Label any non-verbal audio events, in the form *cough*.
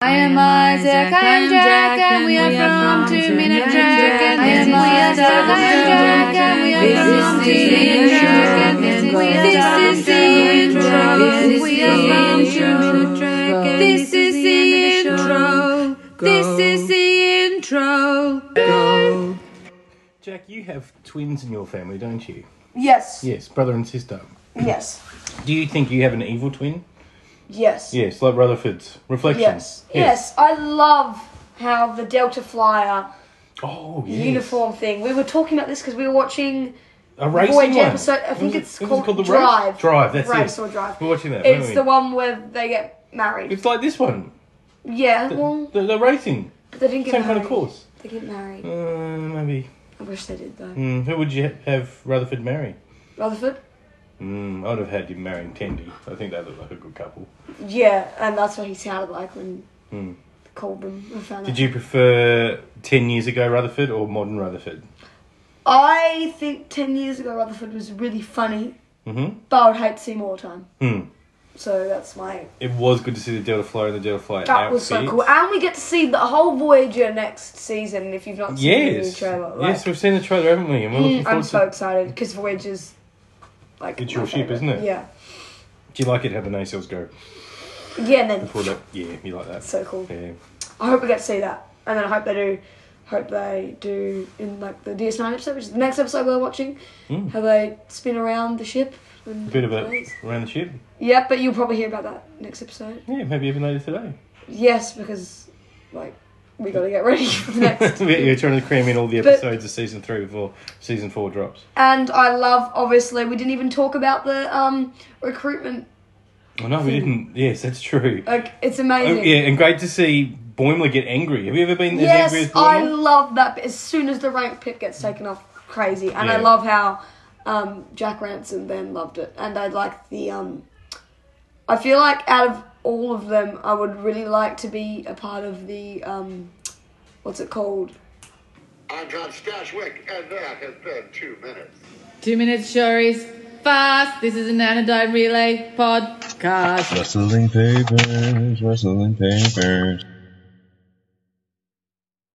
I am Isaac, I am Jack, and we are from Two Minute Jack, and this is Isaac, I am Jack, and we are from Two Minute Jack, and this is this is the intro, we are from Two Minute Jack, and this is the intro, this is the intro. Jack, you have twins in your family, don't you? Yes. Yes, brother and sister. Yes. Do you think you have an evil twin? Yes. Yes, like Rutherford's reflections. Yes. Yes. I love how the Delta Flyer Oh, yes. uniform thing. We were talking about this because we were watching A racing Voyage one. episode. I What think was it- it's what was called, it the Drive. Race? Drive. That's Race it. or Drive. We're watching that. It's weren't the we? one where they get married. It's like this one. yeah. The, Well, the, the racing. but they didn't get Same married. kind of course. They get married. Uh, maybe. I wish they did though. Mm, who would you ha- have Rutherford marry? Rutherford. Mm, I'd have had him marrying Tendy. I think they look like a good couple. Yeah, and that's what he sounded like when Hmm. called them. I found out. Did you prefer 10 years ago Rutherford or modern Rutherford? I think ten years ago Rutherford was really funny, Mm-hmm. but I would hate to see him all the time. Hmm. So that's my It was good to see the Delta Flyer and the Delta Flyer That was so outfits. cool. And we get to see the whole Voyager next season if you've not seen the new Yes. trailer. Like, yes, we've seen the trailer, haven't we? And we're looking mm, I'm forward so to excited because Voyager's like. It's my your ship, favourite. isn't it? Yeah. Do you like it how the nacelles go? Yeah, and then. Before that, yeah, you like that. So cool. Yeah. I hope we get to see that. And then I hope they do. Hope they do in like the DS9 episode, which is the next episode we're watching. Mm. How they spin around the ship. And A bit of a around the ship. Yeah, but you'll probably hear about that next episode. Yeah, maybe even later today. Yes, because like we got to get ready for *laughs* the next We- We're trying to cram in all the But- episodes of season three before season four drops. And I love, obviously, we didn't even talk about the um, recruitment. Oh no, we didn't. Yes, that's true. Like, it's Oh, Hmm. amazing. yeah, and great to see Boimler get angry. Have you ever been as angry as Yes, I Boimler? love that. bit. As soon as the rank pick gets taken off, crazy. And I Yeah. love how um, Jack Ransom then loved it. And I like the. Um, I feel like out of all of them, I would really like to be a part of the. Um, what's it called? I'm John Stashwick, and that has been two minutes. Two minute sure is fast. This is an anodyne relay podcast. Rustling papers, rustling papers.